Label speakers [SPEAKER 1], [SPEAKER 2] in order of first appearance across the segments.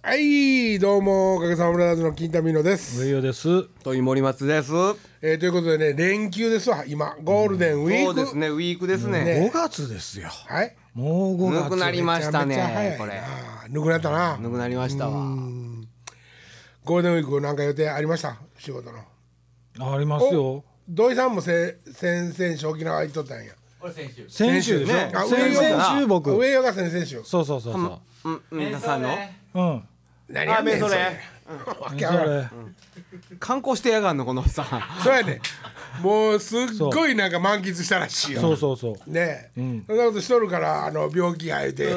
[SPEAKER 1] はいどうもおかげさまブラザーズの金田美乃です、
[SPEAKER 2] 上与です。
[SPEAKER 3] という森松です。そ
[SPEAKER 1] えーということでね連休ですわ今ゴールデンウィーク、
[SPEAKER 3] うですね、ウィークです
[SPEAKER 1] ね
[SPEAKER 3] ね。
[SPEAKER 2] 5月ですよ。
[SPEAKER 1] はい
[SPEAKER 2] もう5月。
[SPEAKER 3] ぬくなりました
[SPEAKER 1] めちゃめちゃ早
[SPEAKER 3] ね、
[SPEAKER 1] い
[SPEAKER 3] これ。
[SPEAKER 1] なぬくなったな
[SPEAKER 3] ぬくなりましたわ。
[SPEAKER 1] ゴールデンウィークなんか予定ありました仕事の
[SPEAKER 2] ありますよ。
[SPEAKER 1] 土井さんもせ先々週沖縄行っとったんや
[SPEAKER 2] 先週でしょ。
[SPEAKER 3] ね
[SPEAKER 2] 先
[SPEAKER 1] あ
[SPEAKER 2] 々週僕。
[SPEAKER 1] 上与が先々週
[SPEAKER 2] そうそうそうそ
[SPEAKER 3] うん、皆さんの
[SPEAKER 2] う。うん。
[SPEAKER 1] 何やねんそれわけ
[SPEAKER 2] そ
[SPEAKER 1] わからん
[SPEAKER 2] れ
[SPEAKER 3] 観光してやがんの、このお っさん。
[SPEAKER 1] そうやねもうすっごいなんか満喫したらしいよ
[SPEAKER 2] そうそうそう。
[SPEAKER 1] ねえ、そんなことしとるからあの病気が言うて、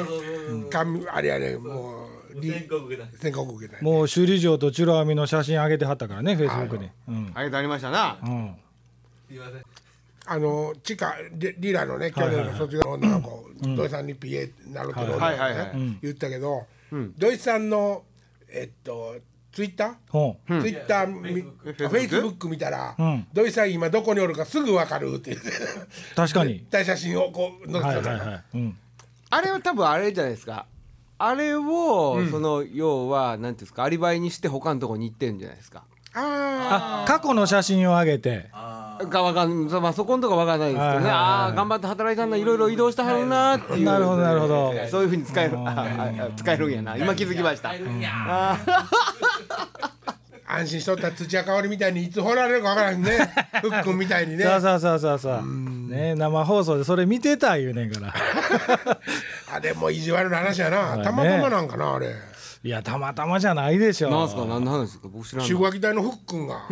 [SPEAKER 1] かみあれやねもうり宣告受けた宣告受けた
[SPEAKER 2] もう首里城とチュロアミの写真上げてはったからね、フェイスブックに。うん。
[SPEAKER 3] ありがとうございましたな。
[SPEAKER 2] うん。
[SPEAKER 1] あの地下リリラのね去年の卒業の女の子、土井さんに PA なるってどう
[SPEAKER 3] はいはいはいはい
[SPEAKER 1] 言ったけど、土井さんのえっとツイッタ
[SPEAKER 2] ほう。
[SPEAKER 1] ー、ツイッターフ
[SPEAKER 3] ェイスブック
[SPEAKER 1] ェイスブック見たら、
[SPEAKER 2] うん
[SPEAKER 1] 土井さん今どこにおるかすぐ分かるって 言って
[SPEAKER 2] 確かに。
[SPEAKER 1] 大写真をこう載せ
[SPEAKER 2] はい
[SPEAKER 1] て
[SPEAKER 2] はい
[SPEAKER 1] た
[SPEAKER 2] はい。うん。
[SPEAKER 3] あれは多分あれじゃないですか。あれを、その、要は、なんていうんですか、アリバイにして他のとこに行ってるんじゃないですか。
[SPEAKER 1] あ
[SPEAKER 2] あ、過去の写真を上げて。
[SPEAKER 3] がわかん、まあそこんとこわかんないですけど
[SPEAKER 2] はいはい
[SPEAKER 3] ね。
[SPEAKER 2] はい
[SPEAKER 3] ああ、頑張って働いたんだ、いろいろ移動してはるなーっていう。
[SPEAKER 2] なるほどなるほど。
[SPEAKER 3] そういうふうに使える、ああ使えるんやな。今気づきました。
[SPEAKER 1] あ安心しとった土屋香織みたいにいつ掘られるか分から んねふっくんみたいにね
[SPEAKER 2] さあさあさあさあさあ。ね生放送でそれ見てた言うねんから。
[SPEAKER 1] あれも意地悪な話や
[SPEAKER 2] い
[SPEAKER 1] な。
[SPEAKER 2] ね
[SPEAKER 1] たまたまなんかな、あれ。
[SPEAKER 2] いや、たまたまじゃないでしょ。
[SPEAKER 3] なんすか、何の話ですか、僕知らない
[SPEAKER 1] 中。学大のふっくんが、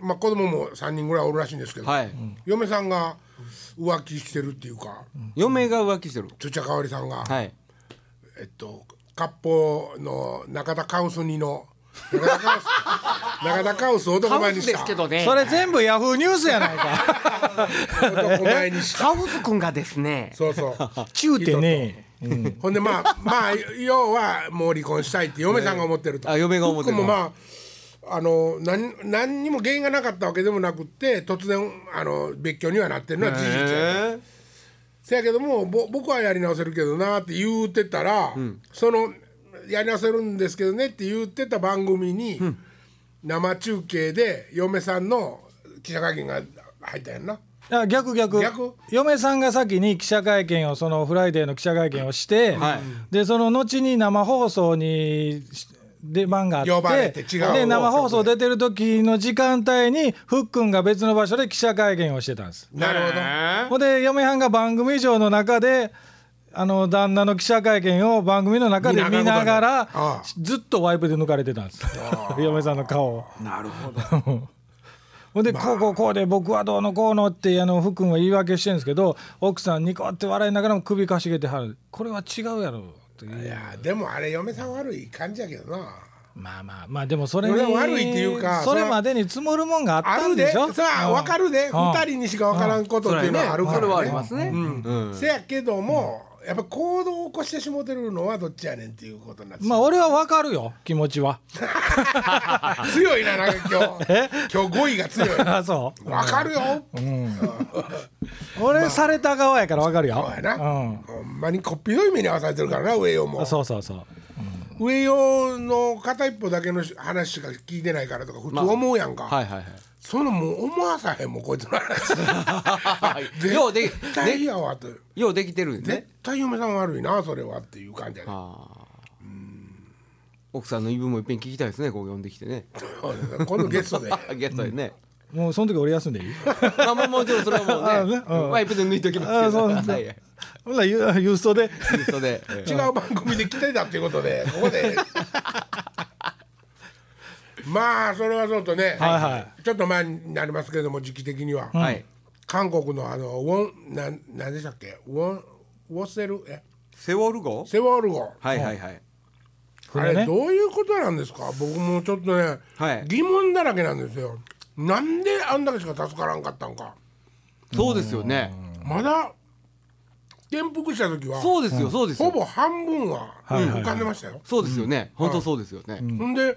[SPEAKER 1] まあ子供も3人ぐらいおるらしいんですけど、
[SPEAKER 3] はい。
[SPEAKER 1] 嫁さんが浮気してるっていうか、
[SPEAKER 3] 嫁が浮気してる。
[SPEAKER 1] 土屋香織さんが、
[SPEAKER 3] はい。
[SPEAKER 1] えっと、割烹の中田カウス2の、中田カウス、中田カウスを男前にした。
[SPEAKER 3] ね
[SPEAKER 2] それ全部ヤフーニュースやないか。
[SPEAKER 1] 男前にした。
[SPEAKER 3] カウス君がですね
[SPEAKER 1] そうそう。
[SPEAKER 2] チューってね。
[SPEAKER 1] ほんでまあまあ要はもう離婚したいって嫁さんが思ってると、
[SPEAKER 3] あ嫁が思ってる
[SPEAKER 1] 僕もまああの何何にも原因がなかったわけでもなくって突然あの別居にはなってるのは事実やと
[SPEAKER 3] え
[SPEAKER 1] せやけどもぼ僕はやり直せるけどなって言うてたら、そのやり直せるんですけどねって言ってた番組に、生中継で嫁さんの記者会見が入ったやんな。
[SPEAKER 2] あ逆逆
[SPEAKER 1] 逆
[SPEAKER 2] 嫁さんが先に記者会見をそのフライデーの記者会見をして、
[SPEAKER 3] はい
[SPEAKER 2] でその後に生放送にし出番があって
[SPEAKER 1] 呼ばれて違う
[SPEAKER 2] で生放送出てる時の時間帯にふっくんが別の場所で記者会見をしてたんです。
[SPEAKER 1] なるほど。
[SPEAKER 2] ほんで嫁はんが番組以上の中であの旦那の記者会見を番組の中で見
[SPEAKER 1] 見なが
[SPEAKER 2] なが
[SPEAKER 1] ら
[SPEAKER 2] ら
[SPEAKER 1] ああ
[SPEAKER 2] ずっとワイプで抜かれてたんです 嫁さんの顔を。
[SPEAKER 3] なるほど
[SPEAKER 2] ほんで、こうこうこうで僕はどうのこうのってあの福君は言い訳してるんですけど奥さんニコって笑いながらも首かしげてはるこれは違うやろっていう
[SPEAKER 1] いやでもあれ嫁さん悪い感じやけどな。
[SPEAKER 2] まあまあまあでもそれに
[SPEAKER 1] それは悪いっていうか
[SPEAKER 2] それまでに積もるもんがあっ
[SPEAKER 1] あ
[SPEAKER 2] た
[SPEAKER 1] る
[SPEAKER 2] ん
[SPEAKER 1] で
[SPEAKER 2] で
[SPEAKER 1] そ
[SPEAKER 2] しょ
[SPEAKER 1] れは分かるで
[SPEAKER 2] うん
[SPEAKER 1] 2人にしか分からんことっていうのはあるから
[SPEAKER 3] それ
[SPEAKER 1] ね
[SPEAKER 3] はありますね
[SPEAKER 1] うんせやけどもやっぱ行動を起こしてしもてるのはどっちやねんっていうことになってし
[SPEAKER 2] ま
[SPEAKER 1] ま
[SPEAKER 2] あ
[SPEAKER 1] う
[SPEAKER 2] 俺は分かるよ気持ちは
[SPEAKER 1] 強いななんか今日今日語彙が強い
[SPEAKER 2] あ そう
[SPEAKER 1] 分かるよ
[SPEAKER 2] 俺された側やから分かるよ、
[SPEAKER 1] そうやな
[SPEAKER 2] うん
[SPEAKER 1] ほんまにこっぴどい目に遭わされてるからな上用も
[SPEAKER 2] あそうそうそう
[SPEAKER 1] 上用の片一方だけの話しか聞いてないからとか普通思うやん
[SPEAKER 3] は
[SPEAKER 1] か
[SPEAKER 3] いはい
[SPEAKER 1] そのもう思わさへんもんこいつの話
[SPEAKER 3] はい ようで
[SPEAKER 1] 絶対
[SPEAKER 3] で
[SPEAKER 1] やわと
[SPEAKER 3] ようできてるんですね
[SPEAKER 1] 絶対嫁さん悪いなそれはっていう感じや ね
[SPEAKER 3] ああ奥さんの言い分もいっぺん聞きたいですねこう呼んできてね
[SPEAKER 1] 今度ゲストで
[SPEAKER 3] あゲストでね
[SPEAKER 2] もうその時俺休んでいい
[SPEAKER 3] まあもうもちろんそれは
[SPEAKER 2] あ
[SPEAKER 3] もう
[SPEAKER 2] ね
[SPEAKER 3] ね
[SPEAKER 2] うん
[SPEAKER 3] ワイプで抜いておきますけど
[SPEAKER 2] あそう
[SPEAKER 3] は
[SPEAKER 2] そう
[SPEAKER 3] いはい
[SPEAKER 2] ほんならゆ郵送で
[SPEAKER 3] ゲストでえ
[SPEAKER 1] 違う番組で来てたっていうことでここでまあそれはそうとね、
[SPEAKER 2] はいは
[SPEAKER 1] ちょっと前になりますけれども時期的には、
[SPEAKER 3] えはい
[SPEAKER 1] 韓国のあのウォンなんなんでしたっけウォンウォセルえ
[SPEAKER 3] セウォル号
[SPEAKER 1] セワール号
[SPEAKER 3] はいはいはい
[SPEAKER 1] あ
[SPEAKER 2] 船ね
[SPEAKER 1] れどういうことなんですか僕もちょっとね、
[SPEAKER 3] はい
[SPEAKER 1] 疑問だらけなんですよなんであんだけしか助からんかったんか
[SPEAKER 3] そうですよね
[SPEAKER 1] まだ転覆した時は
[SPEAKER 3] そうですよそうです
[SPEAKER 1] ほ
[SPEAKER 3] よ
[SPEAKER 1] ぼ半分は浮かんでましたよ、
[SPEAKER 3] そうですよね本当そうですよね
[SPEAKER 1] ほんで、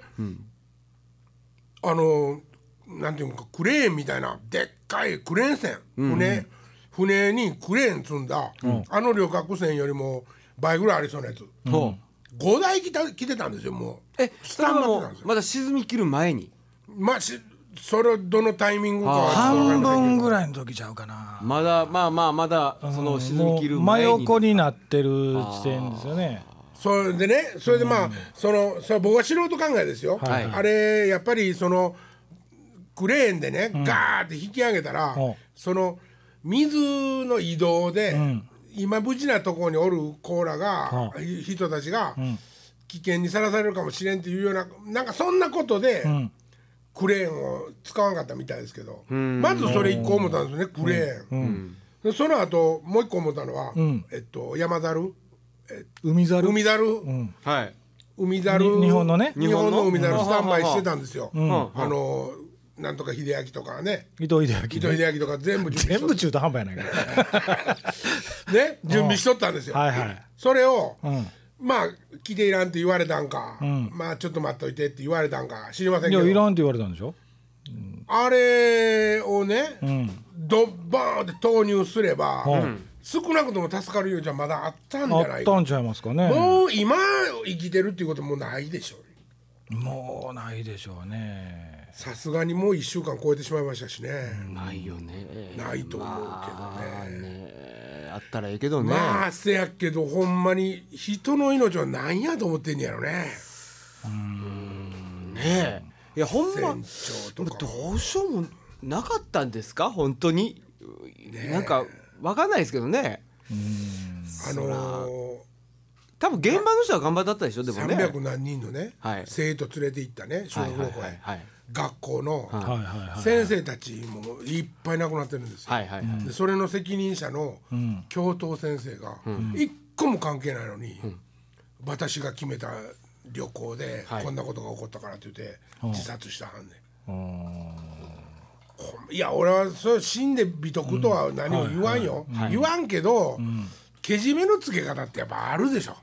[SPEAKER 1] あのなんていうのかクレーンみたいなでっかいクレーン船、船船にクレーン積んだ、あの旅客船よりも倍ぐらいありそうなやつ
[SPEAKER 3] ほう
[SPEAKER 1] 5台来た来てたんですよもう
[SPEAKER 3] えそれはもうまだ沈み切る前に
[SPEAKER 1] まあしそれどのタイミングかはちょっとわか
[SPEAKER 2] 半
[SPEAKER 1] りませんけど
[SPEAKER 2] 分ぐらいの時ちゃうかな
[SPEAKER 3] まだまあまあまだその沈み切る
[SPEAKER 2] もう真
[SPEAKER 3] 前に
[SPEAKER 2] 横になってる時点ですよね
[SPEAKER 1] それでねそれでまあ、そのそれは僕は素人考えですよ、
[SPEAKER 2] はい
[SPEAKER 1] あれやっぱりそのクレーンでね、ガーって引き上げたら、
[SPEAKER 2] うん
[SPEAKER 1] その水の移動で、今無事なところにおるコーラが、い人たちが、危険にさらされるかもしれんっていうようななんかそんなことで、
[SPEAKER 2] ん
[SPEAKER 1] クレーンを使わなかったみたいですけど、まずそれ一個思ったんですねクレーン。でその後もう一個思ったのは、
[SPEAKER 2] ん
[SPEAKER 1] えっと山猿
[SPEAKER 2] 海猿
[SPEAKER 1] 海猿、
[SPEAKER 2] ん
[SPEAKER 3] はい
[SPEAKER 1] 海猿
[SPEAKER 2] に日本のね
[SPEAKER 1] 日本の海
[SPEAKER 3] 日本
[SPEAKER 1] 猿
[SPEAKER 3] の
[SPEAKER 1] スタンバイしてたんですよ、
[SPEAKER 3] ん
[SPEAKER 1] あのなんとか秀明とかね
[SPEAKER 2] 伊藤秀
[SPEAKER 1] 伊
[SPEAKER 2] 明
[SPEAKER 1] 藤秀明とか全部準備し
[SPEAKER 2] 全
[SPEAKER 1] と
[SPEAKER 2] 部中途半端やないか
[SPEAKER 1] ね準備しとったんですよ、
[SPEAKER 2] はいはい
[SPEAKER 1] それを、
[SPEAKER 2] ん
[SPEAKER 1] まあ来ていらんって言われたんか、まあちょっと待っといてって言われたんか知りません
[SPEAKER 2] らい
[SPEAKER 1] け
[SPEAKER 2] やい
[SPEAKER 1] ど
[SPEAKER 2] らんって言われたんでしょ
[SPEAKER 1] あれをね、
[SPEAKER 2] ん
[SPEAKER 1] ドッバーンって投入すれば、
[SPEAKER 2] うん
[SPEAKER 1] 少なくとも助かるようじゃまだあったんじ
[SPEAKER 2] あ
[SPEAKER 1] ゃな
[SPEAKER 2] っ
[SPEAKER 1] いか
[SPEAKER 2] たんちゃいますかね
[SPEAKER 1] もう今生きてるっていうこともないでしょう
[SPEAKER 2] もうないでしょうね
[SPEAKER 1] さすがにもう1週間超えてしまいましたしね、
[SPEAKER 3] ないよね
[SPEAKER 1] ないと思うけどね
[SPEAKER 3] まあねあったらええけどね、
[SPEAKER 1] まあせやけどほんまに人の命はなんやと思ってんねやろね
[SPEAKER 3] ねえいやほんま
[SPEAKER 1] 船長とか
[SPEAKER 3] どうしようもなかったんですか本当に、なんかわかんないですけどね
[SPEAKER 1] あの
[SPEAKER 3] 多分現場の人は頑張ったでしょで
[SPEAKER 1] ー、
[SPEAKER 3] もね
[SPEAKER 1] 300何人のね、
[SPEAKER 3] はい
[SPEAKER 1] 生徒連れて行ったね小
[SPEAKER 3] はい
[SPEAKER 1] 学校
[SPEAKER 3] はいはいはい
[SPEAKER 1] 学校の
[SPEAKER 2] はいはいはい
[SPEAKER 1] 先生たちもいっぱい亡くなってるんですよ、
[SPEAKER 3] はいはいはい
[SPEAKER 1] でそれの責任者の教頭先生が一個も関係ないのに、私が決めた旅行で
[SPEAKER 3] はい
[SPEAKER 1] こんなことが起こったからって言って自殺したはんねん、ほんいや俺はそれ死んで美徳とは何も言わんよ、言わんけど、けじめのつけ方ってやっぱあるでしょ、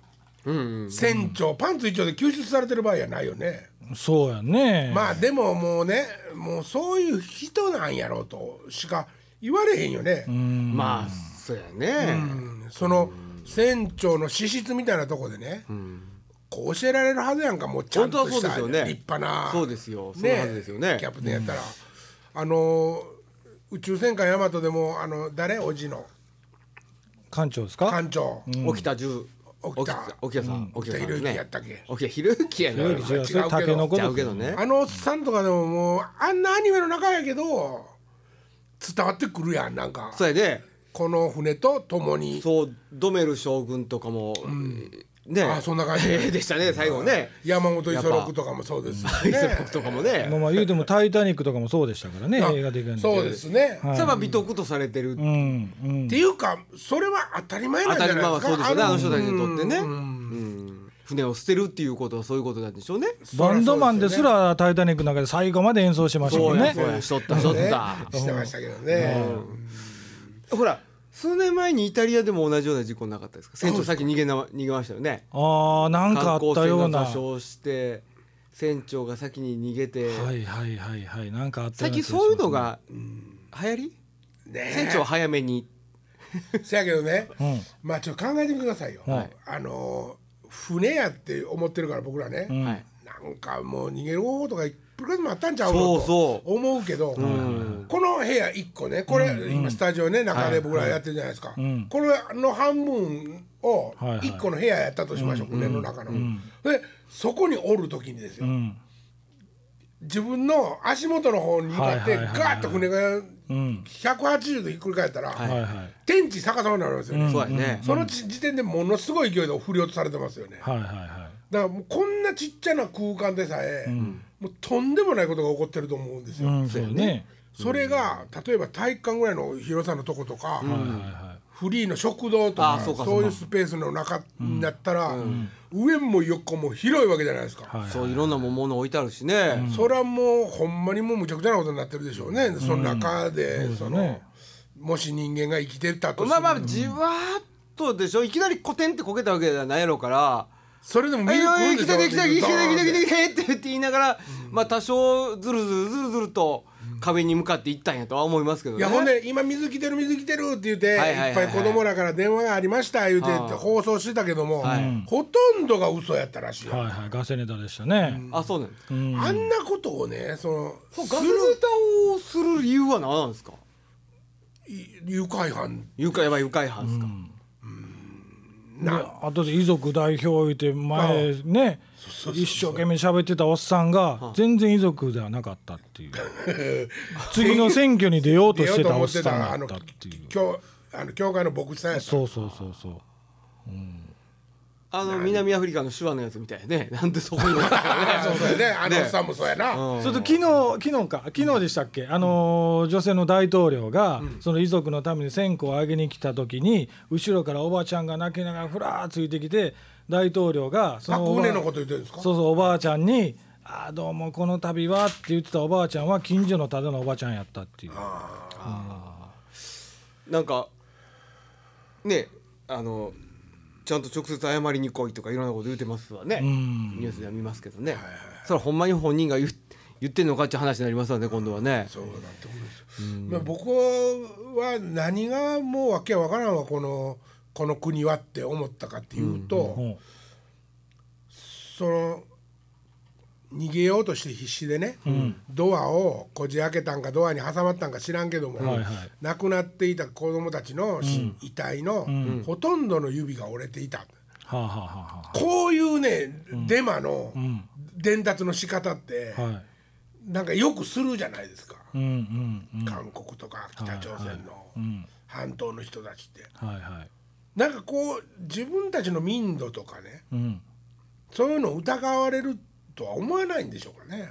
[SPEAKER 1] 船長パンツ一丁で救出されてる場合やないよね、
[SPEAKER 2] そうやね
[SPEAKER 1] まあでももうねもうそういう人なんやろうとしか言われへんよね、
[SPEAKER 3] まあそうやね、
[SPEAKER 1] うんその船長の資質みたいなとこでね、こう教えられるはずやんかもうちゃんとした
[SPEAKER 3] 本
[SPEAKER 1] 立
[SPEAKER 3] 当はそうですよ
[SPEAKER 1] 派な
[SPEAKER 3] ねそうですよそのはずですよね
[SPEAKER 1] キャプテンやったら、あの宇宙戦艦ヤマトでもあの誰おじの
[SPEAKER 2] 館長ですか
[SPEAKER 1] 艦長、
[SPEAKER 3] 沖田十
[SPEAKER 1] 沖田
[SPEAKER 3] 沖田さん沖
[SPEAKER 1] 沖
[SPEAKER 3] 田
[SPEAKER 1] 田
[SPEAKER 3] さん
[SPEAKER 1] ひろゆきや
[SPEAKER 3] ね
[SPEAKER 1] ったっけ
[SPEAKER 3] 沖田ひろゆきやね
[SPEAKER 2] 違う
[SPEAKER 1] 違うけ
[SPEAKER 2] それ
[SPEAKER 1] ど
[SPEAKER 2] 竹の子
[SPEAKER 3] ちゃうけどね
[SPEAKER 1] あのおっさんとかでももうあんなアニメの中やけど伝わってくるやんなんか
[SPEAKER 3] そうやね
[SPEAKER 1] この船と共に
[SPEAKER 3] そうドメル将軍とかも、ね
[SPEAKER 1] あそんな感じ
[SPEAKER 3] でしたね最後ね
[SPEAKER 1] 山本五十六とかもそうですしね
[SPEAKER 3] 磯野とかもね
[SPEAKER 2] まあまあ言うても「タイタニック」とかもそうでしたからね
[SPEAKER 1] あ
[SPEAKER 2] 映画できるん
[SPEAKER 1] そうですね、
[SPEAKER 3] それは美徳とされてる、
[SPEAKER 2] うんうん
[SPEAKER 1] っていうかそれは当たり前な
[SPEAKER 3] 当
[SPEAKER 1] んじゃ
[SPEAKER 3] た
[SPEAKER 1] ない
[SPEAKER 3] り
[SPEAKER 1] で
[SPEAKER 3] 前
[SPEAKER 1] す
[SPEAKER 3] はそう
[SPEAKER 1] かの
[SPEAKER 3] でしょうねあの人たちにとってね、うん船を捨てるっていうことはそういうことなんでしょうね
[SPEAKER 2] バンドマンですら「タイタニック」の中で最後まで演奏しましたも
[SPEAKER 3] そうんや
[SPEAKER 2] ね
[SPEAKER 3] そうやしとったしとっ
[SPEAKER 1] ね
[SPEAKER 3] た、
[SPEAKER 1] してましたけどね、
[SPEAKER 3] ほら数年前にイタリアでも同じような事故なかったですか船長さっき逃げな逃げましたよね
[SPEAKER 2] ああなんかあ
[SPEAKER 3] 観
[SPEAKER 2] っ
[SPEAKER 3] 光
[SPEAKER 2] たよう
[SPEAKER 3] 船
[SPEAKER 2] な
[SPEAKER 3] が
[SPEAKER 2] は
[SPEAKER 3] 座礁して船長が先に逃げて、
[SPEAKER 2] いはいはいはいなんかあった
[SPEAKER 3] 最
[SPEAKER 2] ような気がし
[SPEAKER 3] 近
[SPEAKER 2] ます
[SPEAKER 3] そういうのが流行り、
[SPEAKER 1] ね
[SPEAKER 3] 船長早めに
[SPEAKER 1] せやけどね、
[SPEAKER 2] ん
[SPEAKER 1] まあちょっと考えてみてくださいよ、
[SPEAKER 3] はい
[SPEAKER 1] あの船やって思ってるから僕らね、
[SPEAKER 3] はい
[SPEAKER 1] なんかもう逃げる方法とかいっぱいもあったんちゃうの
[SPEAKER 3] そう
[SPEAKER 1] と思うけど、この部屋1個ねこれ今スタジオね中で僕らやってるじゃないですか、これの半分を
[SPEAKER 2] はいはい
[SPEAKER 1] 1個の部屋やったとしましょう、船の中の。でそこにおる時にですよ、
[SPEAKER 2] ん
[SPEAKER 1] 自分の足元の方に向かって
[SPEAKER 2] はいはい
[SPEAKER 1] ガ
[SPEAKER 2] はいはい
[SPEAKER 1] ーッと船が
[SPEAKER 2] うん
[SPEAKER 1] 180度ひっくり返ったら、
[SPEAKER 2] はいはい
[SPEAKER 1] 天地逆さまになりますよね。
[SPEAKER 3] そうやね、
[SPEAKER 1] その時時点でものすごい勢いで振り落とされてますよね。
[SPEAKER 2] はいはいは
[SPEAKER 1] だからもうこんなちっちゃな空間でさえ、もうとんでもないことが起こってると思うんです
[SPEAKER 2] い
[SPEAKER 1] よ。
[SPEAKER 2] うんそうよね
[SPEAKER 1] それが例えば体育館ぐらいの広さのとことか、
[SPEAKER 2] はいは
[SPEAKER 1] フリーの食堂とか
[SPEAKER 3] あ
[SPEAKER 1] そ
[SPEAKER 3] そううかそうか
[SPEAKER 1] いうスペースの中になったら、上も横も広いわけじゃないですか。
[SPEAKER 2] い
[SPEAKER 3] そういろんなもの置いてあるしね、
[SPEAKER 1] それはもうほんまにもうむちゃくちゃなことになってるでしょうね。その中で、その、もし人間が生きてたとしても、
[SPEAKER 3] まあまあじわーっとでしょいきなりコテンってこけたわけじゃないやろから「
[SPEAKER 1] それでも見
[SPEAKER 3] え
[SPEAKER 1] る来
[SPEAKER 3] い
[SPEAKER 1] る
[SPEAKER 3] 来
[SPEAKER 1] で
[SPEAKER 3] た来た来た来た来た来
[SPEAKER 1] しょ
[SPEAKER 3] た来た来た」って言って言いながらまあ多少ずるずるずるずると壁に向かって行ったんやとは思いますけど
[SPEAKER 1] い
[SPEAKER 3] ね
[SPEAKER 1] やほんで今水来てる水来てるって言って、
[SPEAKER 3] はいいはいはいはい
[SPEAKER 1] っぱい子供らから電話がありました言うて
[SPEAKER 3] ああ
[SPEAKER 1] 放送してたけども、
[SPEAKER 3] はい
[SPEAKER 1] ほとんどが嘘やったらしいよ、
[SPEAKER 2] はいはいガセネタでしたね、
[SPEAKER 3] あそうなんですか
[SPEAKER 2] うん
[SPEAKER 1] あんなことをねその
[SPEAKER 3] そう
[SPEAKER 1] す
[SPEAKER 3] ガセネ
[SPEAKER 1] る
[SPEAKER 3] タをする理由は何なんですか
[SPEAKER 1] い誘拐犯
[SPEAKER 3] 誘拐は誘拐犯ですか、
[SPEAKER 1] な
[SPEAKER 2] ねあとで遺族代表いて前ね一生懸命喋ってたおっさんが全然遺族ではなかったっていう 次の選挙に出ようとしてたおっさんだったっていう
[SPEAKER 1] 教あの教会の牧師さんやった
[SPEAKER 2] そうそうそうそう
[SPEAKER 3] あの南アフリカの手話のやつみたいやねなんでそこに
[SPEAKER 1] あそうそうやねあの
[SPEAKER 3] ね
[SPEAKER 1] おっさんもそうやな、
[SPEAKER 2] それと昨日昨日か昨日でしたっけ、あのー女性の大統領が、その遺族のために線香をあげに来た時に後ろからおばちゃんが泣きながらふらーついてきて大統領がそ
[SPEAKER 1] パク
[SPEAKER 2] お
[SPEAKER 1] ウ
[SPEAKER 2] ば
[SPEAKER 1] ネのこと言ってるんですか
[SPEAKER 2] そうそうおばあちゃんに「ああどうもこの度は」って言ってたおばあちゃんは近所のただのおばちゃんやったっていう
[SPEAKER 3] なんかねあのちゃんと直接謝りに来いとかいろんなこと言ってますわねニュースでは見ますけどねそれはほんまに本人が言っ言ってんのかって話になりますわね今度はね
[SPEAKER 1] そうなってことですよ、まあ、僕は何がもうわけわからんわこのこの国はって思ったかっていうと、
[SPEAKER 2] うん
[SPEAKER 1] その逃げようとして必死でね、ドアをこじ開けたんかドアに挟まったんか知らんけども、
[SPEAKER 2] はいはい
[SPEAKER 1] 亡くなっていた子供たちのし、遺体の、ほとんどの指が折れていた。
[SPEAKER 2] はあはあは
[SPEAKER 1] こういうね、デマの
[SPEAKER 2] ん
[SPEAKER 1] 伝達の仕方って、
[SPEAKER 2] あはあはい
[SPEAKER 1] なんかよくするじゃないですか、
[SPEAKER 2] うんうんうん
[SPEAKER 1] 韓国とか北朝鮮の
[SPEAKER 2] うん
[SPEAKER 1] 半島の人たちって
[SPEAKER 2] はいはい
[SPEAKER 1] なんかこう自分たちの民度とかね
[SPEAKER 2] うん
[SPEAKER 1] そういうのを疑われるとは思わないんでしょうかね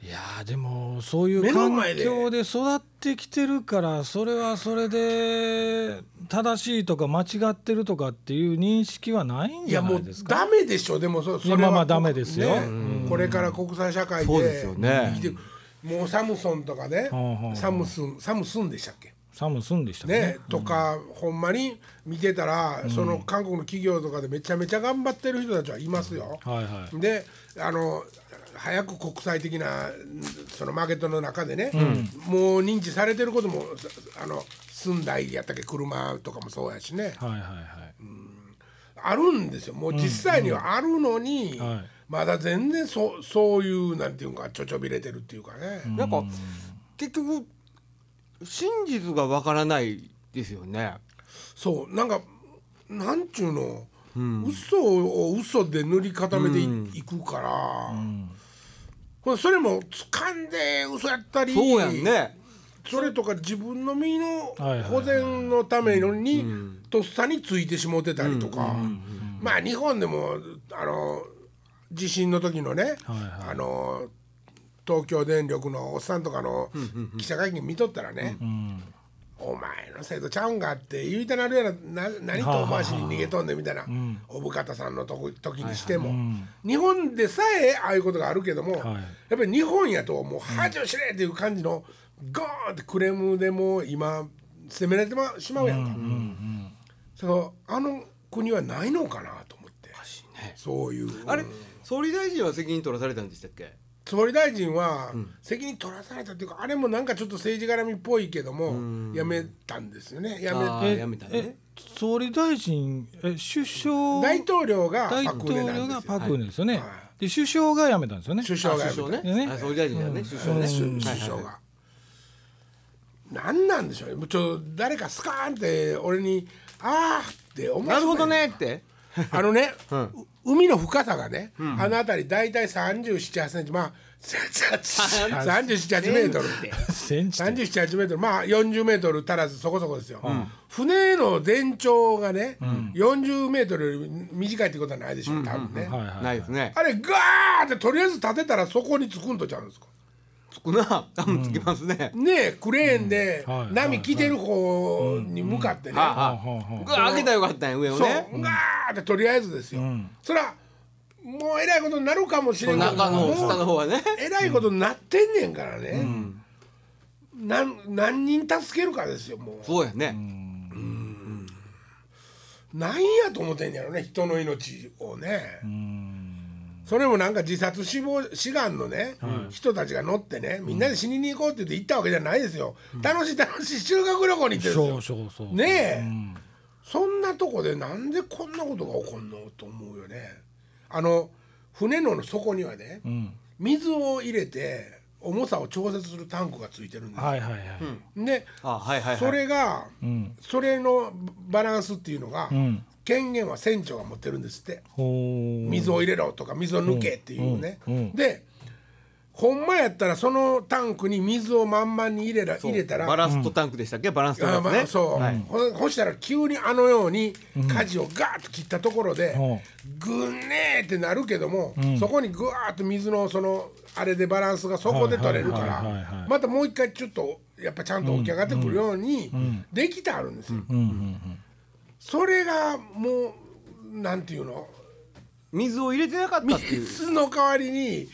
[SPEAKER 2] いやーでもそういう
[SPEAKER 1] 目の
[SPEAKER 2] 環
[SPEAKER 1] 前で
[SPEAKER 2] 境で育ってきてるからそれはそれで正しいとか間違ってるとかっていう認識はないん
[SPEAKER 1] い
[SPEAKER 2] じ
[SPEAKER 1] や
[SPEAKER 2] ゃな
[SPEAKER 1] もう
[SPEAKER 2] いですか。
[SPEAKER 1] ダメでしょでもそそれは
[SPEAKER 2] まあまあダメですよ
[SPEAKER 1] ねこれから国際社会で
[SPEAKER 3] そうですよね
[SPEAKER 1] 生きていくもうサムソンとかね
[SPEAKER 2] ほうほうほう
[SPEAKER 1] サムスンサムスンでしたっけ
[SPEAKER 2] サムスンでしたかね
[SPEAKER 1] ね、とか、ほんまに見てたら、その韓国の企業とかでめちゃめちゃ頑張ってる人たちはいますよ。
[SPEAKER 2] はいはい
[SPEAKER 1] であの早く国際的なそのマーケットの中でね、もう認知されてることもあの住んだりやったっけ車とかもそうやしね
[SPEAKER 2] はいはいはい。
[SPEAKER 1] あるんですよもう実際にはあるのに、
[SPEAKER 2] はい
[SPEAKER 1] まだ全然そそういうなんていうかちょちょびれてるっていうかね、
[SPEAKER 3] なんか結局真実がわからないですよね
[SPEAKER 1] そうなんかなんちゅうの、嘘を嘘で塗り固めてい,、くから、これそれも掴んで嘘やったり
[SPEAKER 3] そうやんね
[SPEAKER 1] それとか自分の身の
[SPEAKER 2] はいはいはい
[SPEAKER 1] 保全のためのに、とっさについてしもてたりとか、まあ日本でもあの地震の時のね、あの東京電力のおっさんとかの記者会見見とったらね、お前の制度ちゃうんかって言いたなるやらな何遠回しに逃げとんねんみたいな小深田さんのとこ時にしても、日本でさえああいうことがあるけども、
[SPEAKER 2] はい
[SPEAKER 1] やっぱり日本やともう恥を知れっていう感じのゴーンってクレームでもう今責められてましまうやんか、そのあの国はないのかなと思ってそういう
[SPEAKER 3] あれ総理大臣は責任取らされたんでしたっけ
[SPEAKER 1] 総理大臣は責任取らされたっていうかあれもなんかちょっと政治絡みっぽいけどもやめたんですよねやめ
[SPEAKER 3] あーやめた
[SPEAKER 2] え
[SPEAKER 3] ね
[SPEAKER 2] 総理大臣え首相
[SPEAKER 1] 大統領が
[SPEAKER 2] 大
[SPEAKER 1] パク
[SPEAKER 2] 統
[SPEAKER 1] クネな
[SPEAKER 2] 領
[SPEAKER 1] んで
[SPEAKER 2] が
[SPEAKER 1] すよ
[SPEAKER 2] パクウネですよね
[SPEAKER 1] はい。
[SPEAKER 2] で首相が辞めたんですよね。
[SPEAKER 1] 首
[SPEAKER 3] あ
[SPEAKER 1] 相がや
[SPEAKER 3] 首
[SPEAKER 1] めた
[SPEAKER 3] 相
[SPEAKER 1] ね
[SPEAKER 3] ね
[SPEAKER 2] ね
[SPEAKER 3] あ総理大臣はね首相ね
[SPEAKER 1] 首
[SPEAKER 3] はいはい
[SPEAKER 1] 相が。何なんでしょうねもうちょっと誰かスカーンって俺に「ああ」って思わせた
[SPEAKER 3] なる
[SPEAKER 1] い
[SPEAKER 3] ほどねって
[SPEAKER 1] あの ね、う海の深さがね、あの辺り大体378センチ まあ378メートル
[SPEAKER 2] センチで
[SPEAKER 1] 378メートルまあ40メートル足らずそこそこですよ、船の全長がね、40メートルより短いってことはないでしょう多分ね、
[SPEAKER 2] はいはい。
[SPEAKER 3] ないですね
[SPEAKER 1] あれガーってとりあえず立てたらそこにつくんとちゃうんですか
[SPEAKER 3] つくな多分つきますね
[SPEAKER 1] ねえクレーンで
[SPEAKER 2] うんはい
[SPEAKER 1] 波来てる方に向かってね、
[SPEAKER 3] はあはあ
[SPEAKER 2] ほうほうほう
[SPEAKER 3] 僕は開けたらよかったんや上を
[SPEAKER 1] そう、
[SPEAKER 3] ね
[SPEAKER 1] ガーってとりあえずですよ、そらもうえらいことになるかもしれんけど
[SPEAKER 3] 中の
[SPEAKER 1] もう
[SPEAKER 3] 下の方はね
[SPEAKER 1] えらいことになってんねんからね、なん何人助けるかですよもう
[SPEAKER 3] そうやね
[SPEAKER 1] なんやと思ってんやろね人の命をね、それもなんか自殺死亡志願のね、人たちが乗ってねみんなで死にに行こうって言って行ったわけじゃないですよ、楽しい楽しい修学旅行に行ってるんです
[SPEAKER 2] そ
[SPEAKER 1] よ
[SPEAKER 2] うそうそう
[SPEAKER 1] ねえ、そんなとこでなんでこんなことが起こんのと思うよねあの船の底にはね、水を入れて重さを調節するタンクがついてるんですよ、
[SPEAKER 2] はいはいはい、
[SPEAKER 1] で
[SPEAKER 3] あはいはいはい
[SPEAKER 1] それが、
[SPEAKER 2] ん
[SPEAKER 1] それのバランスっていうのが、
[SPEAKER 2] ん
[SPEAKER 1] 権限は船長が持ってるんですって
[SPEAKER 2] ほう
[SPEAKER 1] 水を入れろとか水を抜けっていうね、
[SPEAKER 2] うんうん
[SPEAKER 1] でほんまやったらそのタンクに水を満々に入れら
[SPEAKER 3] そう
[SPEAKER 1] 入れたら
[SPEAKER 3] バランストタンクでしたっけ、バランストタ
[SPEAKER 1] あ
[SPEAKER 3] ンク
[SPEAKER 1] ま
[SPEAKER 3] ね、
[SPEAKER 1] あそう、
[SPEAKER 3] はい
[SPEAKER 1] ほほしたら急にあのように舵をガーッと切ったところで、
[SPEAKER 2] ほ
[SPEAKER 1] ぐんねーってなるけども、そこにぐわーっと水のそのあれでバランスがそこで取れるか
[SPEAKER 2] はいはいはいはいは
[SPEAKER 1] ら
[SPEAKER 2] い
[SPEAKER 1] またもう一回ちょっとやっぱちゃんと起き上がってくるようにできてあるんですよ。それがもうなんていうの
[SPEAKER 3] 水を入れてなかったっていう
[SPEAKER 1] 水の代わりに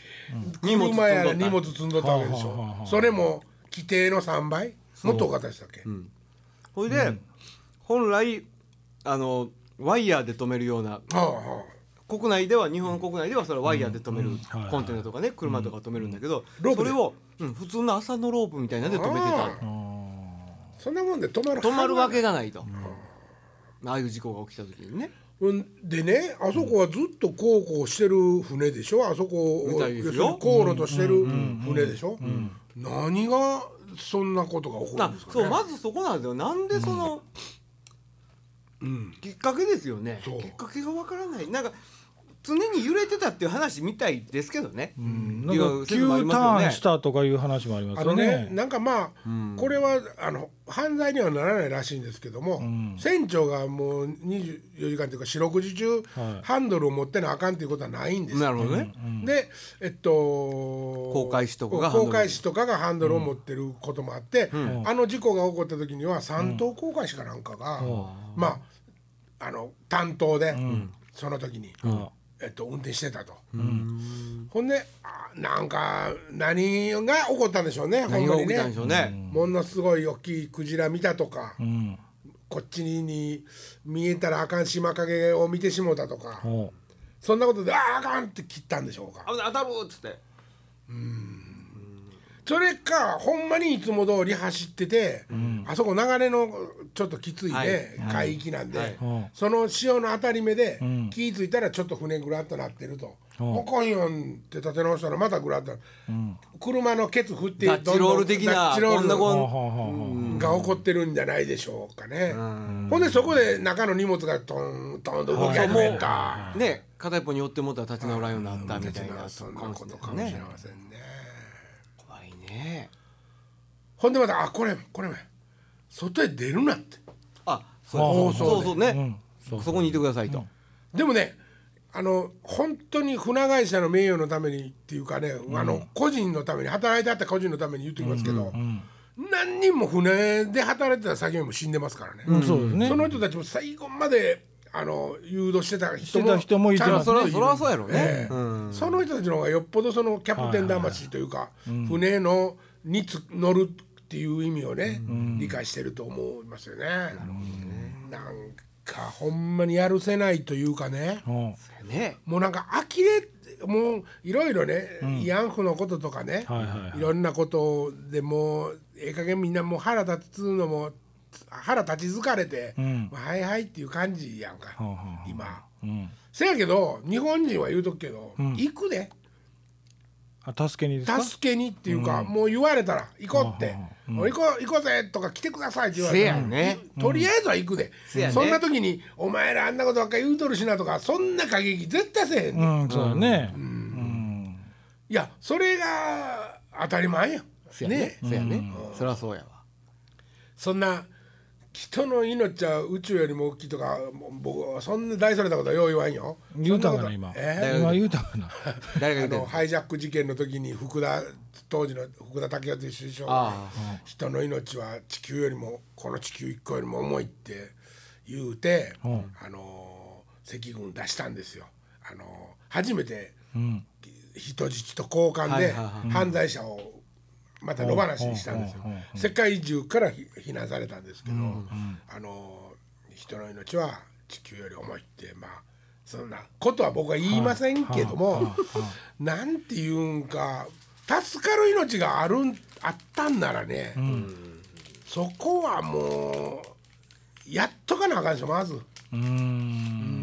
[SPEAKER 3] 荷物積んど
[SPEAKER 1] 車
[SPEAKER 3] った
[SPEAKER 1] やら荷物積んどったわけでし
[SPEAKER 2] はあはあは
[SPEAKER 1] ょ
[SPEAKER 2] あ
[SPEAKER 1] それも規定の3倍もっと多かったでしたっけ、
[SPEAKER 3] それで、本来あのワイヤーで止めるような
[SPEAKER 1] はあはあ
[SPEAKER 3] 国内では日本国内ではそれはワイヤーで止める、
[SPEAKER 2] はい
[SPEAKER 3] コンテナとかね車とか止めるんだけど、
[SPEAKER 1] ロープ
[SPEAKER 3] そ
[SPEAKER 1] で
[SPEAKER 3] れを、うん、普通の朝のロープみたいなんで止めてた
[SPEAKER 1] あそんなもんで止まる
[SPEAKER 3] 止まるわ
[SPEAKER 1] は
[SPEAKER 3] けがないと、ああいう事故が起きた時にね
[SPEAKER 1] ずないうんでねあそこはずっと航行してる船でしょあそこを
[SPEAKER 3] みたいです
[SPEAKER 1] 要
[SPEAKER 3] よ
[SPEAKER 1] するに航路としてる船でしょ何がそんなことが起こるん
[SPEAKER 3] あ
[SPEAKER 1] ですか
[SPEAKER 3] そう
[SPEAKER 1] ね
[SPEAKER 3] まずそこなんですよなんでその、きっかけですよね
[SPEAKER 1] そう
[SPEAKER 3] きっかけがわからないなんか常に揺れてたっていう話みたいですけどね、
[SPEAKER 2] ない
[SPEAKER 3] や
[SPEAKER 2] んか
[SPEAKER 3] 説もあり
[SPEAKER 2] 急
[SPEAKER 3] ます
[SPEAKER 2] タ
[SPEAKER 3] よね
[SPEAKER 2] ーンしたとかいう話もありま
[SPEAKER 1] あ
[SPEAKER 2] す
[SPEAKER 1] の
[SPEAKER 2] よ
[SPEAKER 1] ね
[SPEAKER 2] ね。
[SPEAKER 1] なんかまあ、これはあの犯罪にはならないらしいんですけども、船長がもう24時間というか四六時中、
[SPEAKER 2] はい
[SPEAKER 1] ハンドルを持ってなあかんということはないんです
[SPEAKER 3] なるほどね、
[SPEAKER 1] でえっと航
[SPEAKER 3] 海士とかが
[SPEAKER 1] 航海士とかがハンドルを持ってることもあって、あの事故が起こった時には三等航海士かなんかが、まああの担当で、その時に、
[SPEAKER 2] うん
[SPEAKER 1] えっと、運転してたと。ほんであなんか何が起こったんでしょうねほん
[SPEAKER 3] 何
[SPEAKER 1] ま
[SPEAKER 3] が
[SPEAKER 1] に
[SPEAKER 3] 起きたん
[SPEAKER 1] ね
[SPEAKER 3] でしょうね、
[SPEAKER 1] ものすごい大きいクジラ見たとか、
[SPEAKER 2] ん
[SPEAKER 1] こっちに見えたらあかん島影を見てしもうたとか、
[SPEAKER 2] ほ
[SPEAKER 1] そんなことであーあかんって切ったんでしょうか。
[SPEAKER 3] 危ない当たるっつって
[SPEAKER 1] それかほんまにいつも通り走ってて、あそこ流れのちょっときついね、
[SPEAKER 3] はい
[SPEAKER 1] 海域なんで、
[SPEAKER 3] はい
[SPEAKER 2] うん
[SPEAKER 1] その潮の当たり目で、気ぃ付いたらちょっと船ぐらっとなってると「もうこんよん」って立て直したらまたぐらっと、車のケツ振って
[SPEAKER 3] ダッチロール的な
[SPEAKER 1] ダッチロール
[SPEAKER 3] こんな
[SPEAKER 2] うほ
[SPEAKER 3] こ
[SPEAKER 2] うほうほう
[SPEAKER 1] が起こってるんじゃないでしょうかね。ほんでそこで中の荷物がトントンと動き始めた。
[SPEAKER 3] ね片一方に寄ってもったら立ち直らんようになったみたいな
[SPEAKER 1] そんなことかもしれませんね
[SPEAKER 3] 怖いね
[SPEAKER 1] ほんでまた「あこれもこれも外へ出るな」って。
[SPEAKER 3] あそうそうそうそうね、
[SPEAKER 2] そうそう
[SPEAKER 3] そこにいてくださいと、
[SPEAKER 1] でもねあの本当に船会社の名誉のためにっていうかね、あの個人のために働いてあった個人のために言ってきますけど、何人も船で働いてた先にも死んでますからね、
[SPEAKER 2] んそうですね
[SPEAKER 1] その人たちも最後まであの誘導してた人も
[SPEAKER 2] してた人もいてますね
[SPEAKER 1] ちゃ
[SPEAKER 3] そ
[SPEAKER 1] ん
[SPEAKER 3] れ
[SPEAKER 1] と
[SPEAKER 3] はそれはそうやろうね、
[SPEAKER 1] ええ
[SPEAKER 3] うん
[SPEAKER 1] その人たちの方がよっぽどそのキャプテン魂というか、船のにつ乗るっていう意味をね、理解してると思いますよね。ななんかほんまにやるせないというかね。
[SPEAKER 2] ほう
[SPEAKER 3] ね
[SPEAKER 1] もうなんか呆れもういろいろね、慰安婦のこととかね、
[SPEAKER 2] はいはいはい
[SPEAKER 1] いろんなことでもうええ加減みんなもう腹立つのも腹立ち疲れて、
[SPEAKER 2] ん
[SPEAKER 1] まあはいはいっていう感じやんか、
[SPEAKER 2] ほうほう
[SPEAKER 1] 今。
[SPEAKER 2] うん
[SPEAKER 1] せやけど日本人は言うとくけど、行くで
[SPEAKER 2] あ助けにですか
[SPEAKER 1] 助けにっていうか、もう言われたら行こうって
[SPEAKER 2] はあはあ、
[SPEAKER 1] もう行こう行こうぜとか来てくださいって言われ
[SPEAKER 3] せ
[SPEAKER 1] たら
[SPEAKER 3] やね
[SPEAKER 1] とりあえずは行くで、
[SPEAKER 3] せやね
[SPEAKER 1] そんな時にお前らあんなことばっか言うとるしなとかそんな過激絶対せえへんで、
[SPEAKER 2] うんそうだね
[SPEAKER 1] いやそれが当たり前や
[SPEAKER 3] せ
[SPEAKER 1] ん
[SPEAKER 3] やね
[SPEAKER 1] ね
[SPEAKER 3] せやね、そりゃそうやわ
[SPEAKER 1] そんな人の命は宇宙よりも大きいとかもう僕はそんな大それたことはよう言わんよ
[SPEAKER 2] 言うたか
[SPEAKER 1] そ
[SPEAKER 2] なん
[SPEAKER 1] こ
[SPEAKER 2] 今
[SPEAKER 1] とえ
[SPEAKER 2] 今言うたかな
[SPEAKER 3] 誰
[SPEAKER 1] え
[SPEAKER 3] が
[SPEAKER 1] あ
[SPEAKER 3] 言っ
[SPEAKER 1] の
[SPEAKER 3] て
[SPEAKER 1] ハイジャック事件の時に福田当時の福田武雄という首相が
[SPEAKER 3] あ
[SPEAKER 1] 人の命は地球よりもこの地球一個よりも重いって言うて、あの赤軍出したんですよ。あの初めて人質と交換
[SPEAKER 3] はい
[SPEAKER 1] で
[SPEAKER 3] はいは
[SPEAKER 1] 犯罪者をまた野放しにしたんですよ
[SPEAKER 2] うんうんうん。
[SPEAKER 1] 世界中からひ非難されたんですけど、あの人の命は地球より重いってまあそんなことは僕は言いませんけども、なんていうんか助かる命があるんあったんならね、そこはもうやっとかなあかんでしょまず。
[SPEAKER 2] うーん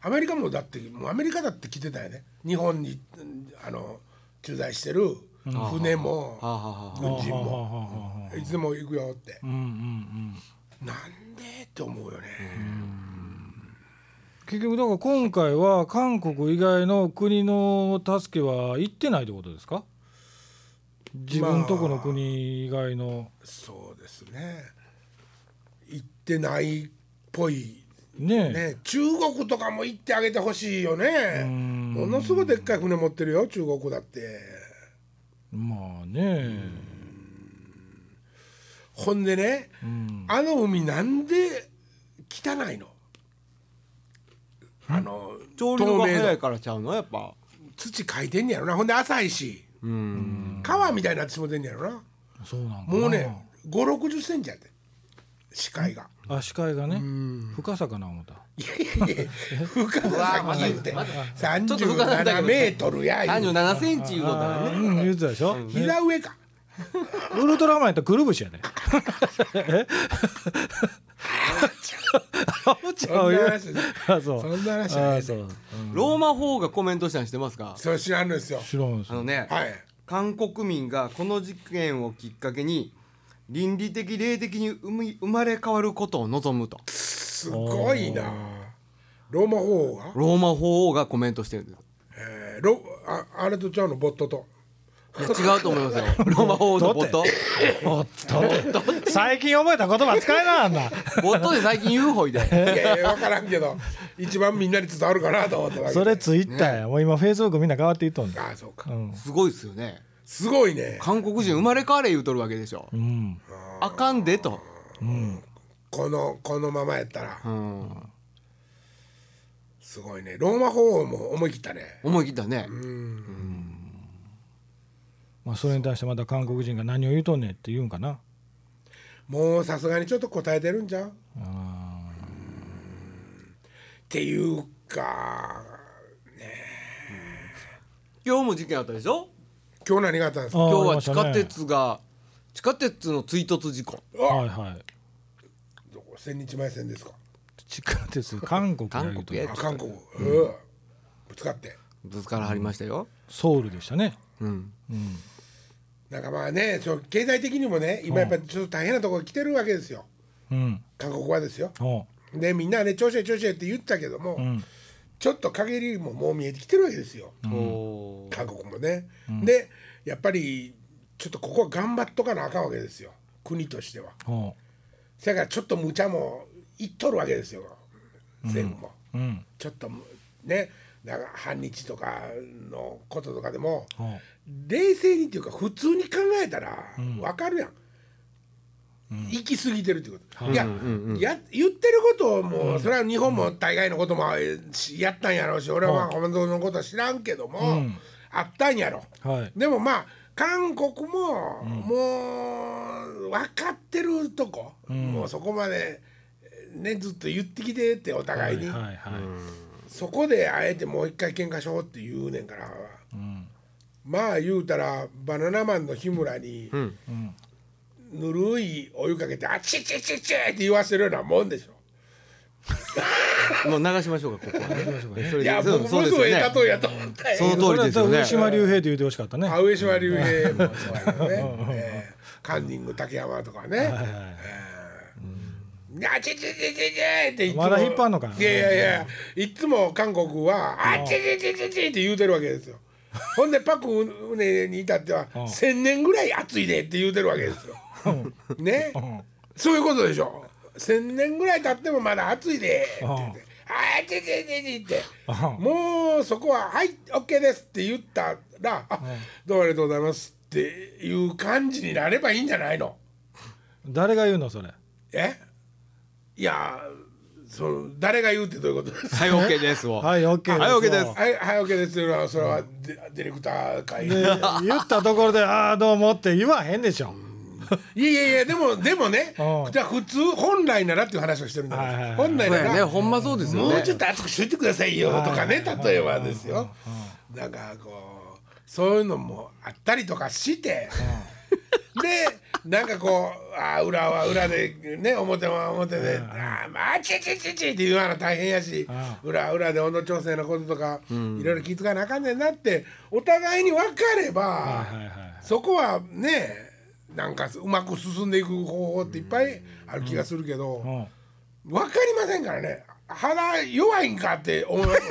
[SPEAKER 1] アメリカもだってもうアメリカだって来てたよね日本にうんあの駐在してる船も
[SPEAKER 3] はあはあはあ
[SPEAKER 1] 軍人
[SPEAKER 2] はあはあ
[SPEAKER 1] も
[SPEAKER 2] はあ
[SPEAKER 1] いつでも行くよって
[SPEAKER 2] うんうんうん
[SPEAKER 1] なんでって思うよね
[SPEAKER 2] 結局だから今回は韓国以外の国の助けは行ってないってことですか自分とこの国以外の
[SPEAKER 1] そうですね行ってないっぽい
[SPEAKER 2] ねえ
[SPEAKER 1] ね中国とかも行ってあげてほしいよね
[SPEAKER 2] ん
[SPEAKER 1] ものすごいでっかい船持ってるよ中国だって
[SPEAKER 2] まあね
[SPEAKER 1] ほんでね
[SPEAKER 2] えうん
[SPEAKER 1] あの海なんで汚いのあの
[SPEAKER 3] 潮流が早いからちゃうのやっぱ
[SPEAKER 1] 土かいてんねやろなほんで浅いし
[SPEAKER 3] うん
[SPEAKER 1] 川みたいになってしもてんねやろな
[SPEAKER 2] そうなんかな
[SPEAKER 1] もうね5 6 0センチやって視界が
[SPEAKER 2] あ視界がね深さかな思った
[SPEAKER 1] いやいやいや深ささっき言って
[SPEAKER 3] ちょっと深かったけ
[SPEAKER 1] 37
[SPEAKER 3] ど
[SPEAKER 1] メートルや言
[SPEAKER 3] 三十
[SPEAKER 1] う
[SPEAKER 3] 七センチいうのだ
[SPEAKER 2] あ
[SPEAKER 3] ね
[SPEAKER 2] ーうん言ってたでしょね
[SPEAKER 1] 膝上か
[SPEAKER 2] ウルトラマンやったらくるぶし やね あおちゃ
[SPEAKER 1] そ
[SPEAKER 2] うんよ
[SPEAKER 1] な話じゃない
[SPEAKER 2] あそう
[SPEAKER 1] そんな話じゃな
[SPEAKER 2] あ
[SPEAKER 1] い
[SPEAKER 2] そう
[SPEAKER 3] ローマ法がコメントしたんしてますか
[SPEAKER 1] それ知らんのですよ
[SPEAKER 2] 知らんです
[SPEAKER 3] あのね
[SPEAKER 1] はい
[SPEAKER 3] 韓国民がこの事件をきっかけに倫理的霊的に生み生まれ変わることを望むと
[SPEAKER 1] すごいなローマ法王が、
[SPEAKER 3] ローマ法王がコメントしてるんです
[SPEAKER 1] えー、ロああれとちゃうのボットと
[SPEAKER 3] いや違うと思い ますよローマ法王のボット
[SPEAKER 2] おっと最近覚えた言葉使えなあんな
[SPEAKER 3] ボットで最近 UFO い
[SPEAKER 1] い
[SPEAKER 3] で
[SPEAKER 1] やいや分からんけど一番みんなに伝わるかなと思ってたわけ
[SPEAKER 2] それツイッターやもう今フェイスブックみんな変わっていっとんだ
[SPEAKER 1] ああそうか、
[SPEAKER 2] うん
[SPEAKER 3] すごいですよね
[SPEAKER 1] すごいね
[SPEAKER 3] 韓国人生まれ変われ言うとるわけでしょ
[SPEAKER 2] うん
[SPEAKER 3] あかんでと
[SPEAKER 1] このこのままやったら
[SPEAKER 3] うん
[SPEAKER 1] すごいねローマ法王も思い切ったね
[SPEAKER 3] 思い切ったね
[SPEAKER 2] まあそれに対してまた韓国人が何を言うとんねんって言うんかな
[SPEAKER 1] もうさすがにちょっと答えてるんじゃんっ
[SPEAKER 2] あー
[SPEAKER 1] ていうか
[SPEAKER 3] 今日も事件あったでしょ
[SPEAKER 1] 今日何があったんですか
[SPEAKER 2] あー
[SPEAKER 3] 今日
[SPEAKER 2] あり
[SPEAKER 3] は
[SPEAKER 2] ま
[SPEAKER 3] 地
[SPEAKER 2] した
[SPEAKER 3] 下
[SPEAKER 2] ね
[SPEAKER 3] 鉄が地下鉄の追突事故
[SPEAKER 2] はいはい
[SPEAKER 1] どこ千日前線ですか
[SPEAKER 2] 地下 鉄韓国や言うと
[SPEAKER 3] 韓国や
[SPEAKER 1] あ韓国、うんぶつかって
[SPEAKER 3] ぶつからはりましたよ
[SPEAKER 2] ソウルでしたね
[SPEAKER 3] うん
[SPEAKER 1] なんかまあねそう経済的にもね今やっぱりちょっと大変なところ来てるわけですよ
[SPEAKER 2] うん
[SPEAKER 1] 韓国はですよ
[SPEAKER 2] おう
[SPEAKER 1] でみんなね調子へ調子へって言ってたけども、
[SPEAKER 2] うん
[SPEAKER 1] ちょっと陰りももう見えてきてるわけですよ
[SPEAKER 3] おー
[SPEAKER 1] 韓国もね、でやっぱりちょっとここは頑張っとかなあかんわけですよ国としては
[SPEAKER 2] おう
[SPEAKER 1] それからちょっと無茶も言っとるわけですよ政府も、
[SPEAKER 2] うん
[SPEAKER 1] ちょっとむねなんか反日とかのこととかでも
[SPEAKER 2] おう
[SPEAKER 1] 冷静にっていうか普通に考えたらわかるやん、行き過ぎてるってこと、いや,、や言ってることをもうそれは日本も大概のこともしやったんやろうし俺はまあ本当のことは知らんけども、あったんやろ、
[SPEAKER 2] はい
[SPEAKER 1] でもまあ韓国ももう分かってるとこ、もうそこまでねずっと言ってきてってお
[SPEAKER 2] は
[SPEAKER 1] 互い
[SPEAKER 2] い
[SPEAKER 1] に、
[SPEAKER 2] はいはい
[SPEAKER 1] そこであえてもう一回喧嘩しようって言うねんから、まあ言うたらバナナマンの日村に、ぬるいお湯かけて「あちちちち!」って言わせるようなもんでしょ。
[SPEAKER 3] もう流しましょうかここはねそれ
[SPEAKER 1] い
[SPEAKER 3] で
[SPEAKER 1] や
[SPEAKER 3] そう
[SPEAKER 1] 僕
[SPEAKER 3] そう
[SPEAKER 1] も
[SPEAKER 3] です
[SPEAKER 1] ご
[SPEAKER 3] す
[SPEAKER 1] い
[SPEAKER 3] よね
[SPEAKER 1] ええ例えやと思ったんや
[SPEAKER 3] その通りですよ
[SPEAKER 2] それ
[SPEAKER 3] ね
[SPEAKER 2] は上島竜兵って言ってほしかったね
[SPEAKER 1] あ上島竜兵もそうやけどね、えーカンニング竹山とかね。
[SPEAKER 2] はいはい
[SPEAKER 1] いやちちちちちっていつも
[SPEAKER 2] まだ引っ張んのかない
[SPEAKER 1] やいやいやいつも韓国は「あちちちちち」って言うてるわけですよほんでパクウネに至っては
[SPEAKER 2] ん
[SPEAKER 1] 1,000年ぐらい暑いでって言うてるわけですよね
[SPEAKER 2] ん
[SPEAKER 1] そういうことでしょ1,000年ぐらい経ってもまだ暑いでって言って「あちちちち」って
[SPEAKER 2] うん
[SPEAKER 1] もうそこは「はい OK です」って言ったら「あどうもありがとうございます」っていう感じになればいいんじゃないの
[SPEAKER 2] 誰が言うのそれ
[SPEAKER 1] えいやその誰が言うってどういうこと ですか
[SPEAKER 3] はい OK ですを
[SPEAKER 2] はい OK です
[SPEAKER 3] はい OK です
[SPEAKER 1] はい、はい、OK ですよ。それはデディレクター会議
[SPEAKER 2] で言ったところで「ああどうも」って言わへんでしょ
[SPEAKER 1] いやいやいやでもでもね
[SPEAKER 2] うん
[SPEAKER 1] じゃあ普通本来ならっていう話をしてるんだ
[SPEAKER 2] はいはいはい
[SPEAKER 1] 本来
[SPEAKER 3] そう
[SPEAKER 1] な
[SPEAKER 3] やね
[SPEAKER 1] ら
[SPEAKER 3] ほんまそうですよ
[SPEAKER 1] もう
[SPEAKER 3] ね
[SPEAKER 1] ちょっと熱くしといてくださいよとかね例えばですよなんかこうそういうのもあったりとかしてでなんかこうあー裏は裏でね表は表で「あーまあちちちち」って言うのは大変やし裏は裏で温度調整のこととかいろいろ気づかなあかんねんなってお互いに分かれば
[SPEAKER 2] はいはいはい
[SPEAKER 1] そこはねなんかうまく進んでいく方法っていっぱいある気がするけど。
[SPEAKER 2] うん
[SPEAKER 1] わかりませんからね肌弱いんかって思います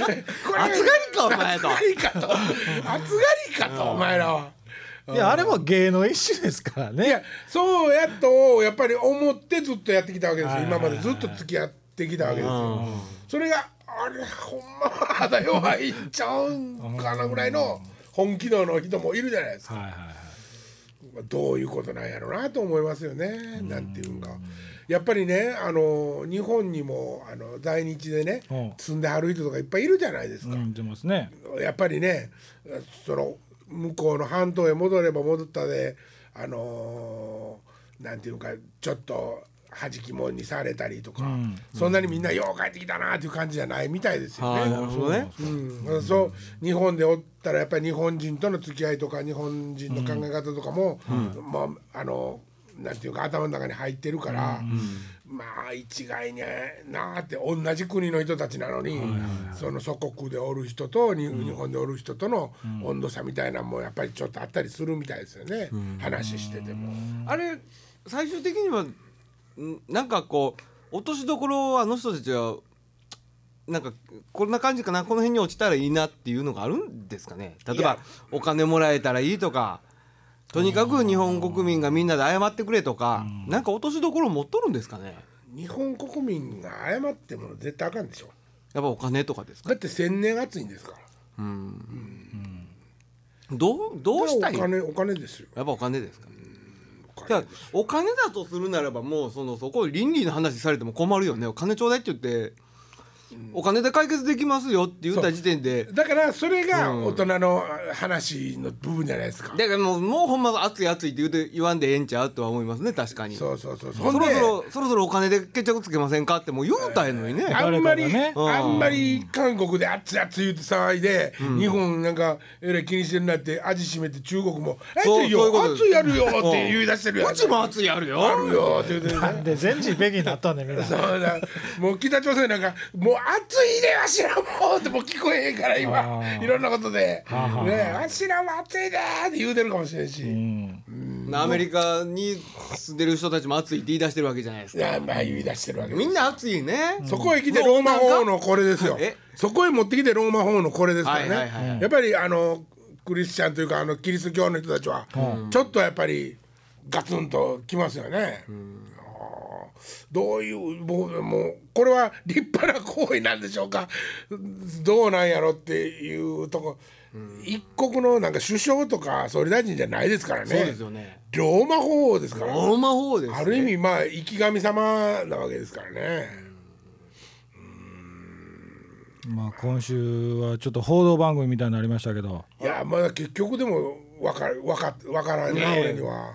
[SPEAKER 1] よね これ
[SPEAKER 3] 暑がりかお前 と
[SPEAKER 1] 暑がりかと暑がりかとお前らは。
[SPEAKER 2] いやあれも芸の一種ですからね
[SPEAKER 1] いやそうやとやっぱり思ってずっとやってきたわけですよ
[SPEAKER 2] はい
[SPEAKER 1] 今までずっと付き合ってきたわけですよそれがあれほんま肌弱いんちゃうんかなぐらいの本気度の人もいるじゃないですか
[SPEAKER 2] はいはいはい
[SPEAKER 1] どういうことなんやろうなと思いますよね。なんていうんか。やっぱりね、あの日本にもあの在日でね
[SPEAKER 2] うん、
[SPEAKER 1] 住んではる人とかいっぱいいるじゃないです
[SPEAKER 2] う
[SPEAKER 1] か。
[SPEAKER 2] ん出ますね
[SPEAKER 1] やっぱりね、その向こうの半島へ戻れば戻ったで、あのなんていうんかちょっと弾きもんにされたりとか、そんなにみんなよう帰ってきたなっていう感じじゃないみたいですよね。
[SPEAKER 3] ああなるほどね
[SPEAKER 1] うん、そう日本でおったらやっぱり日本人との付き合いとか日本人の考え方とかも、もうあのなんていうか頭の中に入ってるから、まあ一概になあって同じ国の人たちなのに、その祖国でおる人とに日本でおる人との温度差みたいなのもやっぱりちょっとあったりするみたいですよね、話してても。
[SPEAKER 3] あれ最終的にはんなんかこう落としどころはあの人たちはなんかこんな感じかなこの辺に落ちたらいいなっていうのがあるんですかね例え
[SPEAKER 1] いや
[SPEAKER 3] ばお金もらえたらいいとかとにかく日本国民がみんなで謝ってくれとかなんか落としどころを持っとるんですかね
[SPEAKER 1] 日本国民が謝っても絶対あかんでしょ
[SPEAKER 3] やっぱお金とかですか
[SPEAKER 1] だって千年暑いんですから
[SPEAKER 3] どうどうしたい
[SPEAKER 1] お
[SPEAKER 3] やっ
[SPEAKER 1] 金お金ですよ
[SPEAKER 3] ぱお金ですか
[SPEAKER 1] お金
[SPEAKER 3] じゃあお金だとするならばもうそのそこ倫理の話されても困るよねお金ちょうだいって言ってお金で解決できますよって言った時点で
[SPEAKER 1] だからそれが大人の話の部分じゃないですか。
[SPEAKER 3] だからもうもうほんま熱い熱いって言うて言わんでええんちゃうとは思いますね確かにそ
[SPEAKER 1] そうそうそう。ほん
[SPEAKER 3] ろそ
[SPEAKER 1] で
[SPEAKER 3] ろそろそろお金で決着つけませんかってもう言うたらええのにね
[SPEAKER 1] あんまり、
[SPEAKER 2] 誰かがね
[SPEAKER 3] うん
[SPEAKER 1] あんまり韓国で熱い熱い言って騒いで、日本なんかえらい気にしてるなって味しめて中国も熱
[SPEAKER 3] そう
[SPEAKER 1] い
[SPEAKER 3] そういうこ
[SPEAKER 1] よ
[SPEAKER 3] とです
[SPEAKER 1] 熱いやるよって言い出してるやん。
[SPEAKER 3] うちも熱いあるよ
[SPEAKER 1] あるよって言ってるね。
[SPEAKER 2] で全治北京になったんでみんな
[SPEAKER 1] そうだもう北朝鮮なんかもう暑いでわしらもうってもう聞こえへんから今
[SPEAKER 2] あー
[SPEAKER 1] いろんなことで、
[SPEAKER 2] あはあ
[SPEAKER 1] ね、わしらも暑いでーって言うてるかもしれんし、
[SPEAKER 2] うん
[SPEAKER 3] アメリカに住んでる人たちも熱いって言い出してるわけじゃないです
[SPEAKER 1] い
[SPEAKER 3] か
[SPEAKER 1] やまあ言い出してるわけです
[SPEAKER 3] みんな熱いね
[SPEAKER 1] そこへ来てローマ法のこれですよ
[SPEAKER 3] え。
[SPEAKER 1] そこへ持ってきてローマ法のこれですから
[SPEAKER 3] はいはいは
[SPEAKER 1] ね。やっぱりあのクリスチャンというかあのキリスト教の人たちはちょっとやっぱりガツンときますよね。あーどういうもうもうこれは立派な行為なんでしょうかどうなんやろっていうとこ一国のなんか首相とか総理大臣じゃないですから
[SPEAKER 3] そうで
[SPEAKER 1] ね
[SPEAKER 3] すよね
[SPEAKER 1] ローマ法ですから
[SPEAKER 3] ローマ法ですね
[SPEAKER 1] ある意味まあ生き神様なわけですからね。
[SPEAKER 2] まあ今週はちょっと報道番組みたいになりましたけど
[SPEAKER 1] いやまだ結局でも分かる分か分からないな、俺には、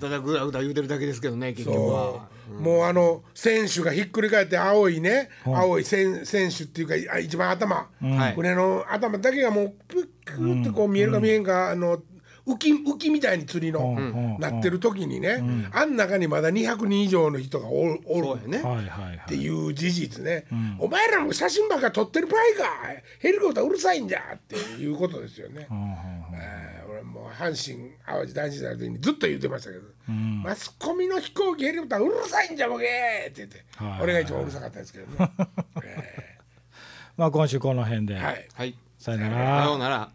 [SPEAKER 3] ただぐだぐだ言うてるだけですけどね結局は
[SPEAKER 1] そうもうあの選手がひっくり返って青いね、青い選選手っていうかあ一番頭、
[SPEAKER 3] はい
[SPEAKER 1] これの頭だけがもうプックッとこう見えるか見えんか、あの浮き浮きみたいに釣りの、
[SPEAKER 2] うん
[SPEAKER 1] なってる時にね、あん中にまだ200人以上の人がおるお
[SPEAKER 3] そう
[SPEAKER 1] る
[SPEAKER 3] やね
[SPEAKER 2] はいはい
[SPEAKER 1] っ
[SPEAKER 2] は
[SPEAKER 1] て
[SPEAKER 2] い
[SPEAKER 1] いう事実ね、お前らも写真ばっか撮ってる場合かヘリコプターうるさいんじゃっていうことですよね。
[SPEAKER 2] うんうん
[SPEAKER 1] えー俺もう阪神・淡路大震災の時にずっと言ってましたけど、マスコミの飛行機ヘリコプターうるさいんじゃボケーって言って、
[SPEAKER 2] はい
[SPEAKER 1] 俺が一番うるさかったですけど ね。え
[SPEAKER 2] まあ今週この辺で
[SPEAKER 1] ーはい
[SPEAKER 3] はい
[SPEAKER 2] さよな
[SPEAKER 3] さ
[SPEAKER 2] ら
[SPEAKER 3] ようなら